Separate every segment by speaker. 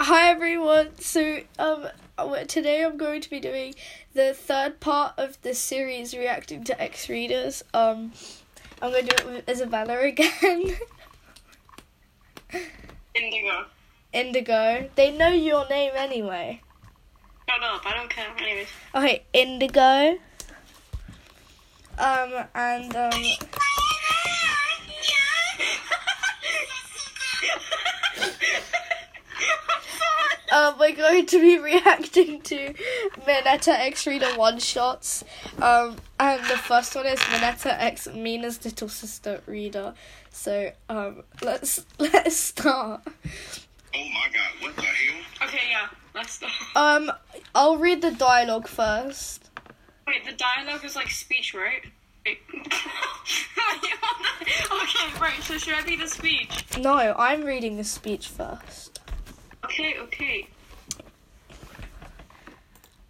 Speaker 1: Hi everyone. So um w- today I'm going to be doing the third part of the series reacting to X readers. Um I'm going to do it with Isabella again.
Speaker 2: Indigo.
Speaker 1: Indigo. They know your name anyway.
Speaker 2: Shut up, I don't care. Anyways.
Speaker 1: Okay, Indigo. Um and um um, we're going to be reacting to Mineta X Reader one shots. Um, and the first one is Mineta X Mina's little sister Reader. So um, let's let's start.
Speaker 3: Oh my god, what the hell?
Speaker 2: okay, yeah, let's start.
Speaker 1: Um, I'll read the dialogue first.
Speaker 2: Wait, the dialogue is like speech, right? Wait. okay, right, so should I be the speech?
Speaker 1: No, I'm reading the speech first.
Speaker 2: Okay, okay.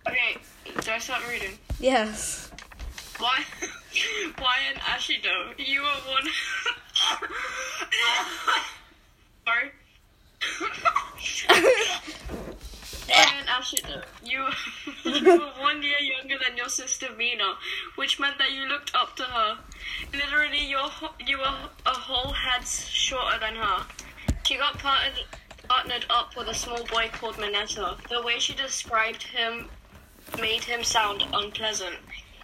Speaker 2: Okay, do I start reading?
Speaker 1: Yes.
Speaker 2: Why? Why an Ashido? You are one. Sorry. Why an Ashido? You, you were one year younger than your sister Mina, which meant that you looked up to her. Literally, you're ho- you were a whole head shorter than her. She got partnered, partnered up with a small boy called Minetta. The way she described him made him sound unpleasant.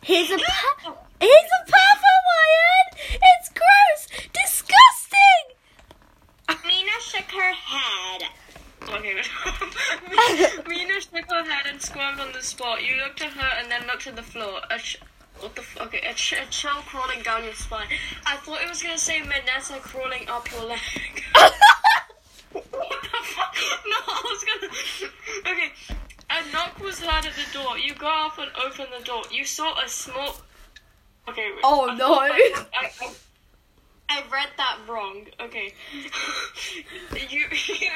Speaker 1: Here's a pa- here's a purple lion. It's gross, disgusting.
Speaker 2: Mina shook her head. Okay. Mina shook her head and squirmed on the spot. You looked at her and then looked at the floor. A ch- what the f- okay, a, ch- a chill crawling down your spine. I thought it was gonna say Manessa crawling up your leg. what the fuck? No, I was gonna. Okay. A knock was heard at the door. You got up and opened the door. You saw a small. Okay. wait.
Speaker 1: Oh,
Speaker 2: I
Speaker 1: no.
Speaker 2: thought I- I- I read that wrong. Okay. you, you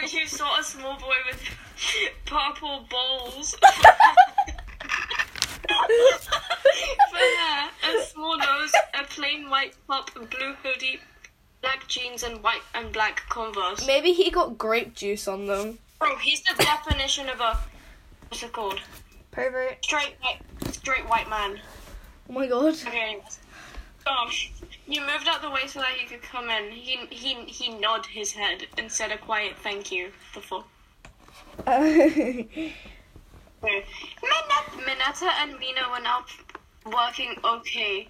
Speaker 2: you saw a small boy with purple balls for hair, a small nose, a plain white top, blue hoodie, black jeans, and white and black Converse.
Speaker 1: Maybe he got grape juice on them.
Speaker 2: Bro, he's the definition of a what's it called?
Speaker 1: Pervert.
Speaker 2: Straight white, straight white man.
Speaker 1: Oh my god.
Speaker 2: Okay. Um, you moved out the way so that he could come in. He he he nod his head and said a quiet thank you. The fuck.
Speaker 1: oh
Speaker 2: Minetta and Mina were now working okay.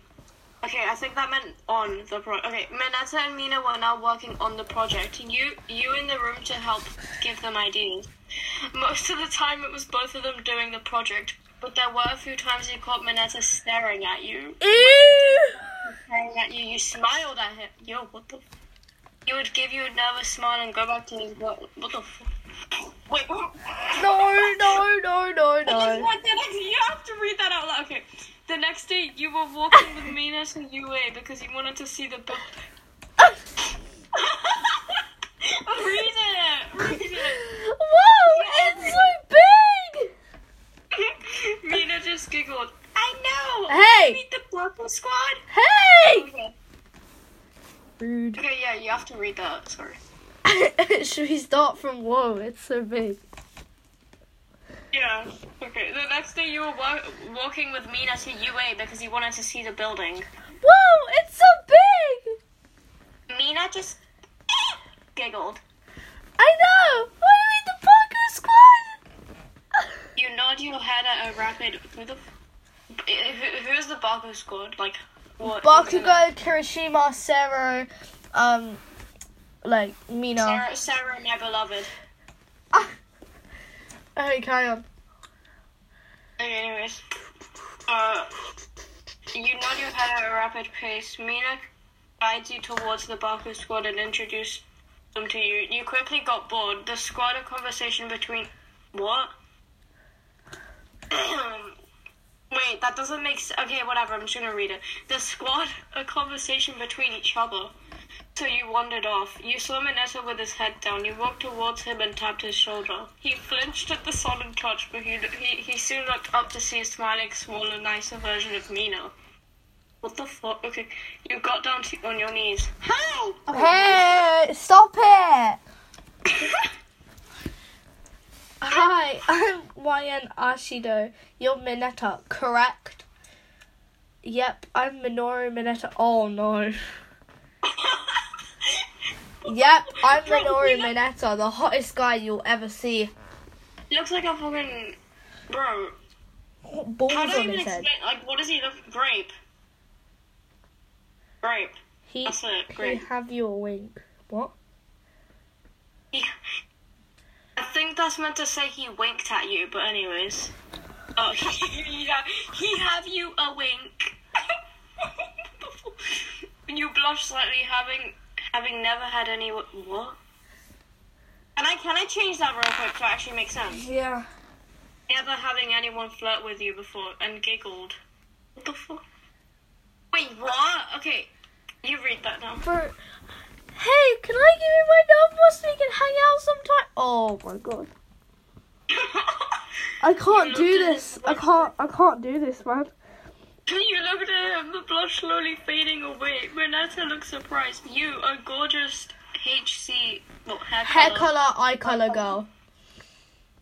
Speaker 2: Okay, I think that meant on the pro. Okay, Minetta and Mina were now working on the project. You you in the room to help give them ideas. Most of the time, it was both of them doing the project, but there were a few times you caught Minetta staring at you. Staring at you, you smiled at him. Yo, what the? F- he would give you a nervous smile and go back to his work. What the? F- Wait.
Speaker 1: no no no no
Speaker 2: I just
Speaker 1: no.
Speaker 2: want that- You have to read that out loud. Okay. The next day, you were walking with Mina to UA because you wanted to see the book. read it. Read it.
Speaker 1: Whoa, it's so big.
Speaker 2: Mina just giggled. I know.
Speaker 1: Hey.
Speaker 2: Meet the Purple Squad.
Speaker 1: Hey.
Speaker 2: Okay.
Speaker 1: Rude.
Speaker 2: Okay. Yeah, you have to read that. Sorry.
Speaker 1: Should we start from whoa? It's so big.
Speaker 2: Yeah. Okay. The next day, you were wa- walking with Mina to UA because you wanted to see the building.
Speaker 1: Whoa, it's so big.
Speaker 2: Mina just giggled.
Speaker 1: I know. Why do we the Parker Squad?
Speaker 2: You nod your head at a rapid. Who the? Who, who's the Baku squad? Like what?
Speaker 1: Bakugo, Kirishima, Sero, um, like Mina.
Speaker 2: Sarah, Sarah, my beloved.
Speaker 1: Okay, carry on.
Speaker 2: Okay, anyways, uh, you nod your head at a rapid pace. Mina guides you towards the Baku squad and introduces them to you. You quickly got bored. The squad a conversation between what? Wait, that doesn't make sense. Okay, whatever. I'm just gonna read it. The squad a conversation between each other. So you wandered off. You saw Mineta with his head down. You walked towards him and tapped his shoulder. He flinched at the sodden touch, but he, he, he soon looked up to see a smiling, smaller, nicer version of Mina. What the fuck? Okay, you got down to, on your knees. Hi!
Speaker 1: Hey, stop it. Hi, I'm YN Ashido. You're Mineta, correct? Yep, I'm Minoru Mineta. Oh no. Yep, I'm
Speaker 2: Bro,
Speaker 1: Minoru
Speaker 2: you look-
Speaker 1: Mineta, the hottest guy you'll ever see.
Speaker 2: Looks like a fucking bro.
Speaker 1: Balls
Speaker 2: How do you
Speaker 1: on
Speaker 2: even
Speaker 1: his head.
Speaker 2: explain? Like, what does he look? Grape. Grape.
Speaker 1: He,
Speaker 2: That's it.
Speaker 1: he
Speaker 2: Grape.
Speaker 1: have you a wink. What?
Speaker 2: He- I think that's meant to say he winked at you, but anyways. Oh, he, yeah, he have you a wink. and you blush slightly, having having never had any what? Can I can I change that real quick to actually make sense?
Speaker 1: Yeah.
Speaker 2: Never having anyone flirt with you before and giggled. What the fuck? Wait, what? Okay, you read that now.
Speaker 1: Bro, hey, can I give you my number so we can hang out sometime? Oh my god. I can't do this. I can't. I can't do this, man.
Speaker 2: You looked at him, the blush slowly fading away. Renata looked surprised. You, a gorgeous HC, well, hair,
Speaker 1: Hair
Speaker 2: color,
Speaker 1: color, eye color, girl.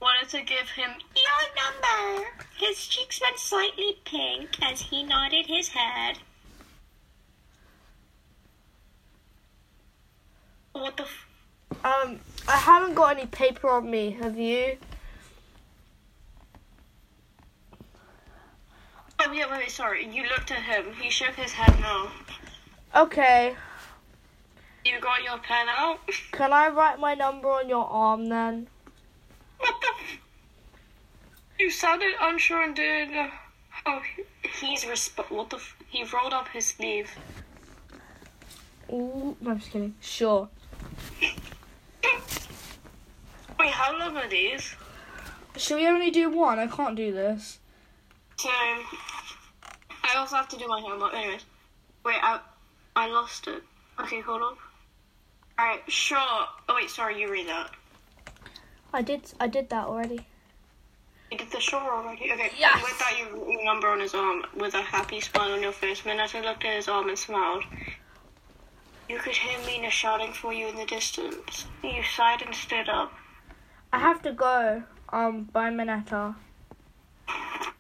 Speaker 2: wanted to give him your number. His cheeks went slightly pink as he nodded his head. What the f-
Speaker 1: Um, I haven't got any paper on me. Have you?
Speaker 2: Oh, yeah, wait, wait, sorry. You looked at him. He shook his head no.
Speaker 1: Okay.
Speaker 2: You got your pen out?
Speaker 1: Can I write my number on your arm then?
Speaker 2: What the? F- you sounded unsure and did. Oh, he's resp- What the? F- he rolled up his sleeve.
Speaker 1: Ooh, no, I'm just kidding. Sure.
Speaker 2: Wait, how long are these?
Speaker 1: Should we only do one? I can't do this.
Speaker 2: So, Um, I also have to do my homework. Anyways, wait, I, I lost it. Okay, hold up. All right, sure. Oh wait, sorry, you read that.
Speaker 1: I did. I did that already.
Speaker 2: You did the sure already. Okay.
Speaker 1: Yes.
Speaker 2: With that, you wrote your number on his arm with a happy smile on your face. Mineta looked at his arm and smiled. You could hear Mina shouting for you in the distance. You sighed and stood up.
Speaker 1: I have to go. Um, by Minetta.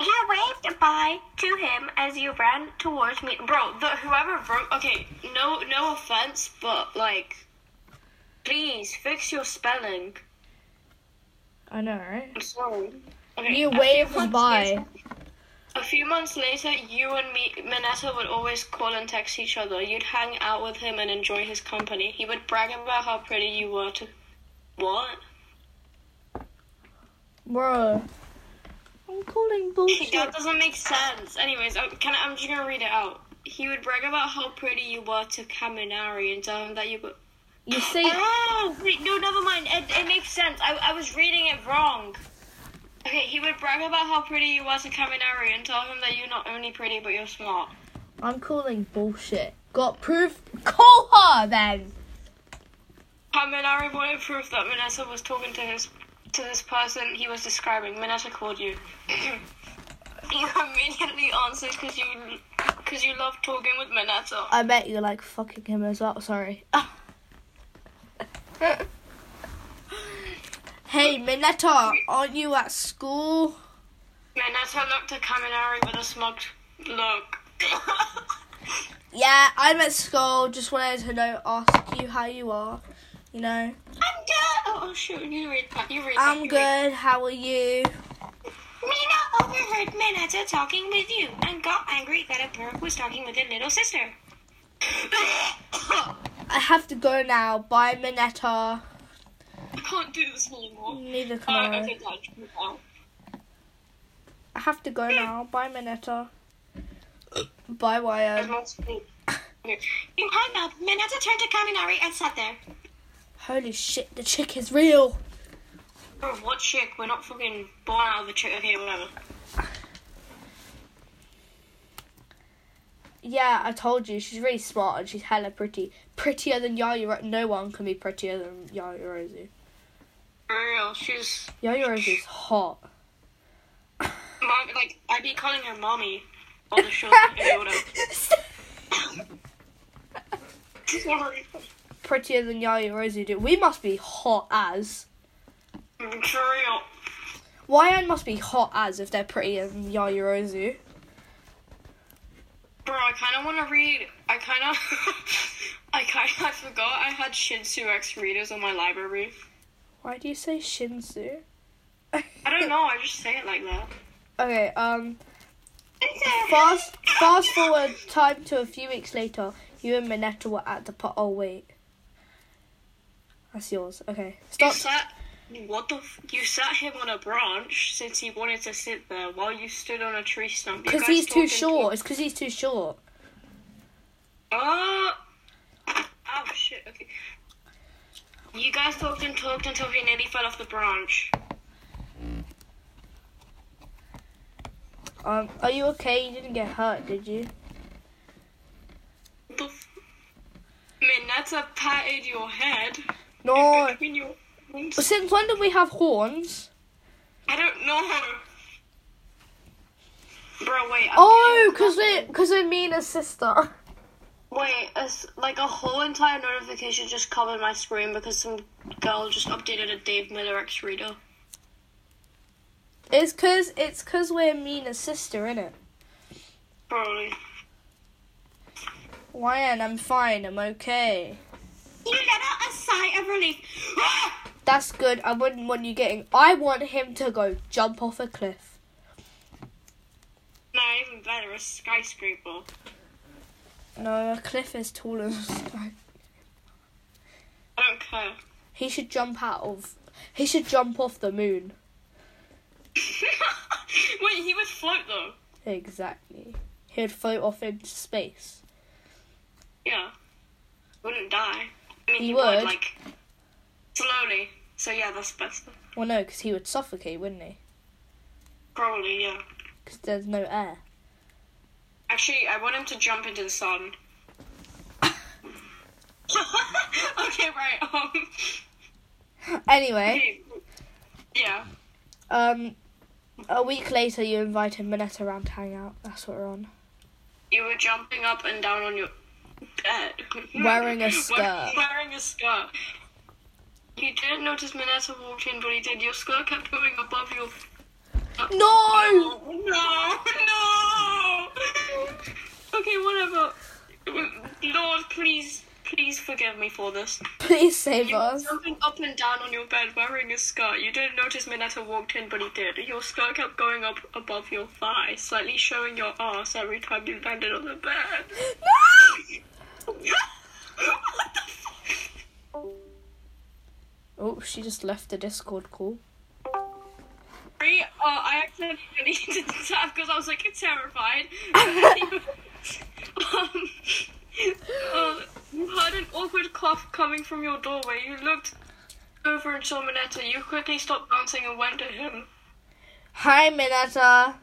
Speaker 2: You waved bye to him as you ran towards me. Bro, the whoever wrote. Okay, no, no offense, but like, please fix your spelling.
Speaker 1: I know, right?
Speaker 2: I'm sorry. Okay,
Speaker 1: You
Speaker 2: a few
Speaker 1: waved
Speaker 2: months
Speaker 1: bye.
Speaker 2: later- a few months later, you and me, Minetta would always call and text each other. You'd hang out with him and enjoy his company. He would brag about how pretty you were to. What?
Speaker 1: Bro. I'm calling
Speaker 2: That
Speaker 1: bullshit.
Speaker 2: doesn't make sense. Anyways, I, can I, I'm just gonna read it out. He would brag about how pretty you were to Kaminari and tell him that you were.
Speaker 1: You see?
Speaker 2: Oh, wait, no, never mind. It, it makes sense. I, I was reading it wrong. Okay, he would brag about how pretty you were to Kaminari and tell him that you're not only pretty, but you're smart.
Speaker 1: I'm calling bullshit. Got proof? Call her then.
Speaker 2: Kaminari wanted proof that Minessa was talking to his to this person he was describing. Minessa called you. you immediately answered because you because you love talking with Minessa.
Speaker 1: I bet you like fucking him as well. Sorry. hey, Minetta, aren't you at school?
Speaker 2: Mineta looked at Kaminari with a smug look.
Speaker 1: Yeah, I'm at school. Just wanted to know, ask you how you are. You know,
Speaker 2: I'm good. Oh, oh, shoot, you read that. You read that.
Speaker 1: I'm
Speaker 2: you read-
Speaker 1: good. How are you?
Speaker 2: Mina overheard Mineta talking with you and got angry that a bird was talking with her little sister. I
Speaker 1: I have to go now. Bye, Minetta.
Speaker 2: can't do this anymore.
Speaker 1: Neither
Speaker 2: Oh,
Speaker 1: can I.
Speaker 2: okay, Dad, you go.
Speaker 1: I have to go now. Bye, Minetta. Bye, Wyatt.
Speaker 2: Okay. You hung up. Mineta turned to Kaminari and sat there.
Speaker 1: Holy shit, the chick is real.
Speaker 2: Bro, what chick? We're not fucking born out of a chick. Okay, whatever.
Speaker 1: Yeah, I told you. She's really smart and she's hella pretty. Prettier than Yayoro. No one can be prettier than Yayorozu.
Speaker 2: For real, she's.
Speaker 1: Yayorozu's hot.
Speaker 2: Mom, like, I'd be calling her mommy on the show. okay, whatever. For
Speaker 1: prettier than Yayorozu do. We must be hot as.
Speaker 2: real.
Speaker 1: Wyan must be hot as if they're pretty in Yayorozu.
Speaker 2: Bro, I kind of want to read. I kind of, I kind of forgot I had Shinsu X readers on my library.
Speaker 1: Why do you say Shinsu?
Speaker 2: I don't know. I just say it like that.
Speaker 1: Okay, um, fast fast forward time to a few weeks later. You and Minetta were at the pot. Oh wait, that's yours. Okay, stop.
Speaker 2: You sat. What the? F- you sat him on a branch since he wanted to sit there while you stood on a tree stump. You
Speaker 1: Because
Speaker 2: guys
Speaker 1: he's
Speaker 2: talked
Speaker 1: too
Speaker 2: into-
Speaker 1: short. It's because he's too short.
Speaker 2: Oh. Oh shit. Okay. You guys talked and talked until he nearly fell off the branch.
Speaker 1: Um, are you okay? You didn't get hurt, did you?
Speaker 2: What the? F- Minetta patted your head
Speaker 1: No.
Speaker 2: between your. horns.
Speaker 1: Since when did we have horns?
Speaker 2: I don't know. Bro, wait. I'm
Speaker 1: Oh,
Speaker 2: getting
Speaker 1: because
Speaker 2: nothing.
Speaker 1: we're because we're Mina's sister.
Speaker 2: Wait, it's like a whole entire notification just covered my screen because some girl just updated a Dave Miller X reader.
Speaker 1: It's cause it's cause we're Mina's sister, innit?
Speaker 2: Probably.
Speaker 1: Wyan, I'm fine. I'm okay.
Speaker 2: You let out a sigh of relief.
Speaker 1: That's good. I wouldn't want you getting. I want him to go jump off a cliff.
Speaker 2: no, even better, a skyscraper.
Speaker 1: No, a cliff is taller than a sky.
Speaker 2: I don't care.
Speaker 1: He should jump out of. He should jump off the moon.
Speaker 2: Wait, he would float though.
Speaker 1: Exactly. He would float off into space.
Speaker 2: Yeah. Wouldn't die. I mean,
Speaker 1: He
Speaker 2: he, would.
Speaker 1: would.
Speaker 2: like, slowly. So yeah, that's better.
Speaker 1: Well, no, because he would suffocate, wouldn't he?
Speaker 2: Probably, yeah.
Speaker 1: Because there's no air.
Speaker 2: Actually, I want him to jump into the sun. okay, right. Um,
Speaker 1: Anyway,
Speaker 2: okay, yeah.
Speaker 1: um, a week later, you invited Minetta around to hang out. That's what we're on.
Speaker 2: You were jumping up and down on your bed.
Speaker 1: Wearing a
Speaker 2: Wear-
Speaker 1: skirt.
Speaker 2: Wearing a skirt. You didn't notice Minetta walked in, but he did. Your skirt kept going above your.
Speaker 1: No!
Speaker 2: Oh, no! No! Okay, whatever. Lord, please, please forgive me for this.
Speaker 1: Please save
Speaker 2: You were
Speaker 1: us.
Speaker 2: jumping up and down on your bed wearing a skirt. You didn't notice Minetta walked in, but he did. Your skirt kept going up above your thigh, slightly showing your ass every time you landed on the bed. what the fuck?
Speaker 1: Oh, she just left the Discord call.
Speaker 2: Sorry, uh, I accidentally did that because I was like terrified. um, uh, you heard an awkward cough coming from your doorway. You looked over and saw Minetta. You quickly stopped dancing and went to him.
Speaker 1: Hi, Minetta.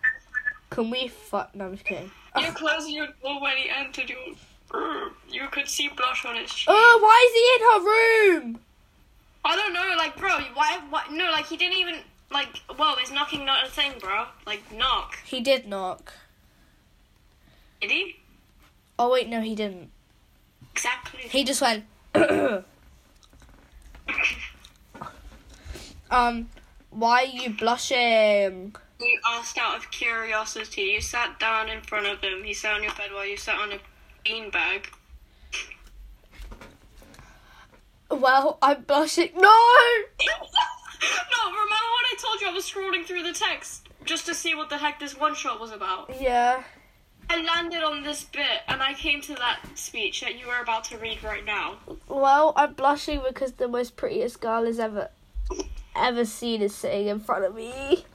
Speaker 1: Can we fuck? No, I'm just kidding.
Speaker 2: You closed your door when he entered your room. You could see blush on his cheek.
Speaker 1: Oh, why is he in her room?
Speaker 2: I don't know, like, bro, why, why? No, like, he didn't even, like, whoa, is knocking not a thing, bro? Like, knock.
Speaker 1: He did knock.
Speaker 2: Did he?
Speaker 1: Oh wait, no, he didn't.
Speaker 2: Exactly.
Speaker 1: He just went. um, why are you blushing?
Speaker 2: You asked out of curiosity. You sat down in front of him. He sat on your bed while you sat on a beanbag.
Speaker 1: Well, I'm blushing. No.
Speaker 2: no, remember when I told you I was scrolling through the text just to see what the heck this one shot was about?
Speaker 1: Yeah.
Speaker 2: I landed on this bit and I came to that speech that you were about to read right now.
Speaker 1: Well, I'm blushing because the most prettiest girl has ever ever seen is sitting in front of me.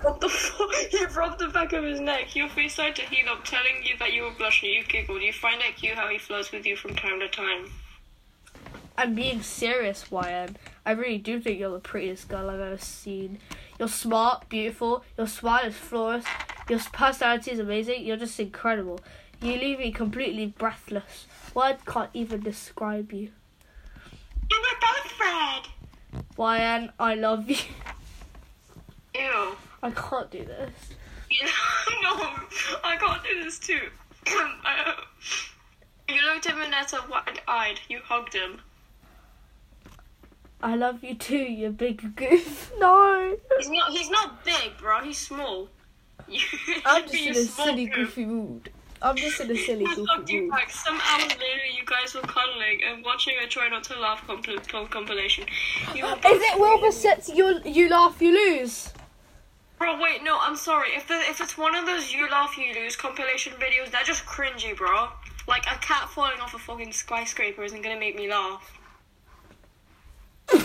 Speaker 2: What the fuck? You rubbed the back of his neck. Your face started to heat up, telling you that you were blushing. You giggled. You find out cute how he flirts with you from time to time.
Speaker 1: I'm being serious, Wyan. I really do think you're the prettiest girl I've ever seen. You're smart, beautiful. Your smile is flawless. Your personality is amazing. You're just incredible. You leave me completely breathless. Word can't even describe you.
Speaker 2: You were both red.
Speaker 1: Wyan, I love you.
Speaker 2: Ew.
Speaker 1: I can't do this.
Speaker 2: Yeah, no, I can't do this too. Uh, you looked at Vanessa wide eyed. You hugged him.
Speaker 1: I love you too, you big goof. No.
Speaker 2: He's not. He's not big, bro. He's small. You-
Speaker 1: I'm
Speaker 2: you
Speaker 1: just in a
Speaker 2: small
Speaker 1: silly,
Speaker 2: goof.
Speaker 1: goofy mood. I'm just in a silly,
Speaker 2: I thought
Speaker 1: goofy
Speaker 2: you
Speaker 1: mood.
Speaker 2: like some hours later you guys were cuddling and watching a try not to laugh compil- pol- compilation. You were
Speaker 1: Is it Wilbur sets you you laugh you lose?
Speaker 2: Bro, wait, no, I'm sorry. If the, if it's one of those you laugh you lose compilation videos, they're just cringy, bro. Like a cat falling off a fucking skyscraper isn't gonna make me laugh.
Speaker 1: Sorry.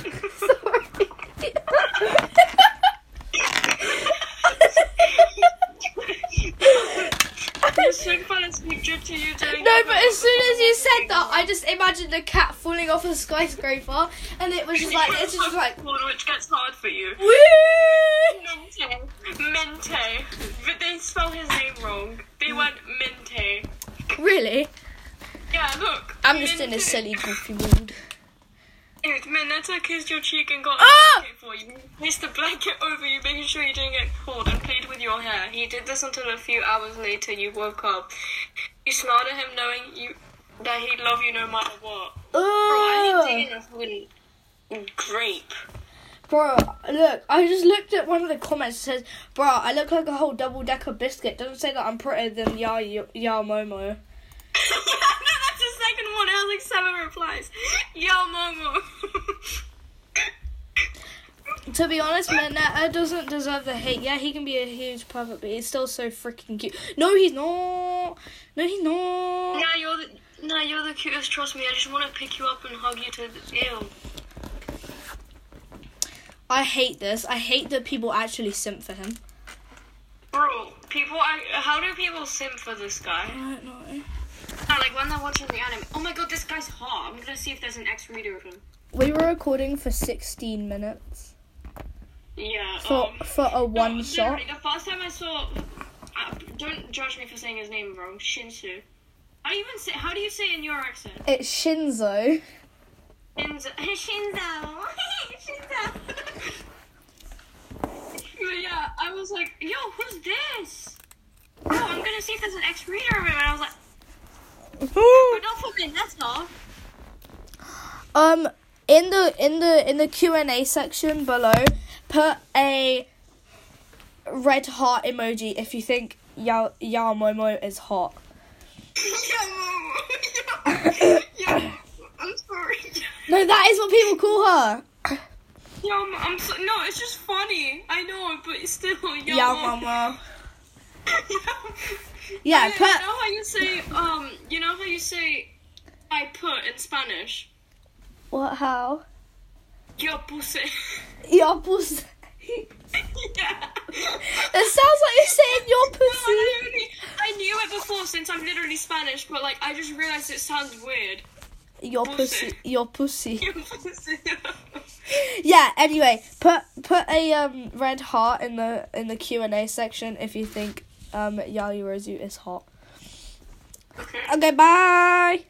Speaker 2: I'm so fun and picture to you doing.
Speaker 1: no, but as soon as you said that, I just imagined a cat falling off a skyscraper, and it was just like it's just like
Speaker 2: which gets hard for you.
Speaker 1: woo.
Speaker 2: Mente, Mente, but they spell his name wrong.
Speaker 1: Mm.
Speaker 2: They went Mente.
Speaker 1: Really?
Speaker 2: Yeah, look.
Speaker 1: I'm just in a
Speaker 2: Mente.
Speaker 1: silly, goofy mood.
Speaker 2: Dude, Minetta kissed your cheek and got a
Speaker 1: Ah!
Speaker 2: blanket for you. Placed the blanket over you, making sure you didn't get cold, and played with your hair. He did this until a few hours later you woke up. You smiled at him, knowing you that he'd love you no matter what. Bro, I
Speaker 1: Ugh.
Speaker 2: ain't digging a fucking grape.
Speaker 1: Bro, look, I just looked at one of the comments. It says, "Bro, I look like a whole double decker biscuit." Doesn't say that I'm prettier than Ya Ya Ya Momo.
Speaker 2: no, that's the second one. It has like seven replies. Yo, Momo.
Speaker 1: To be honest, Manetta doesn't deserve the hate. Yeah, he can be a huge pervert, but he's still so freaking cute. No, he's not. No, he's not.
Speaker 2: nah, you're the, nah, you're the cutest. Trust me. I just want to pick you up and hug you to the ew.
Speaker 1: I hate this. I hate that people actually simp for him.
Speaker 2: Bro, people, I, how do people simp for this guy?
Speaker 1: I don't know.
Speaker 2: Yeah, Ah, like when they're watching the anime. Oh my god, this guy's hot. I'm gonna see if there's an ex reader of him.
Speaker 1: We were recording for 16 minutes
Speaker 2: Yeah.
Speaker 1: for
Speaker 2: um,
Speaker 1: for a
Speaker 2: no,
Speaker 1: one shot.
Speaker 2: literally, The first time I saw, uh, don't judge me for saying his name wrong. Shinsu. How do you even say? How do you say it in your accent?
Speaker 1: It's Shinzo.
Speaker 2: Shinzo. Shinzo. Shinzo. but yeah, I was like, yo, who's this? Yo, I'm gonna see if there's an ex reader of him, and I was like, but not for me. That's all.
Speaker 1: Um, in the in the in the Q and A section below, put a red heart emoji if you think Ya Ya Momo is hot.
Speaker 2: Yo, yo, I'm sorry.
Speaker 1: No, that is what people call her.
Speaker 2: Yum, I'm so, no, it's just funny. I know, but it's still yum.
Speaker 1: Ya Momo.
Speaker 2: I,
Speaker 1: Yeah,
Speaker 2: I
Speaker 1: put
Speaker 2: know how you say um. You know how you say I put in Spanish.
Speaker 1: what? How?
Speaker 2: Yo puse.
Speaker 1: Your pussy.
Speaker 2: yeah.
Speaker 1: It sounds like you're saying your
Speaker 2: No,
Speaker 1: pussy.
Speaker 2: I, literally- I knew it before since I'm literally Spanish, but like I just realized it sounds weird.
Speaker 1: Your pussy.
Speaker 2: pussy.
Speaker 1: Your pussy.
Speaker 2: Yo puse.
Speaker 1: Yeah. Anyway, put put a um red heart in the in the Q and A section if you think um Yaoyorozu is hot.
Speaker 2: okay.
Speaker 1: Okay. Bye.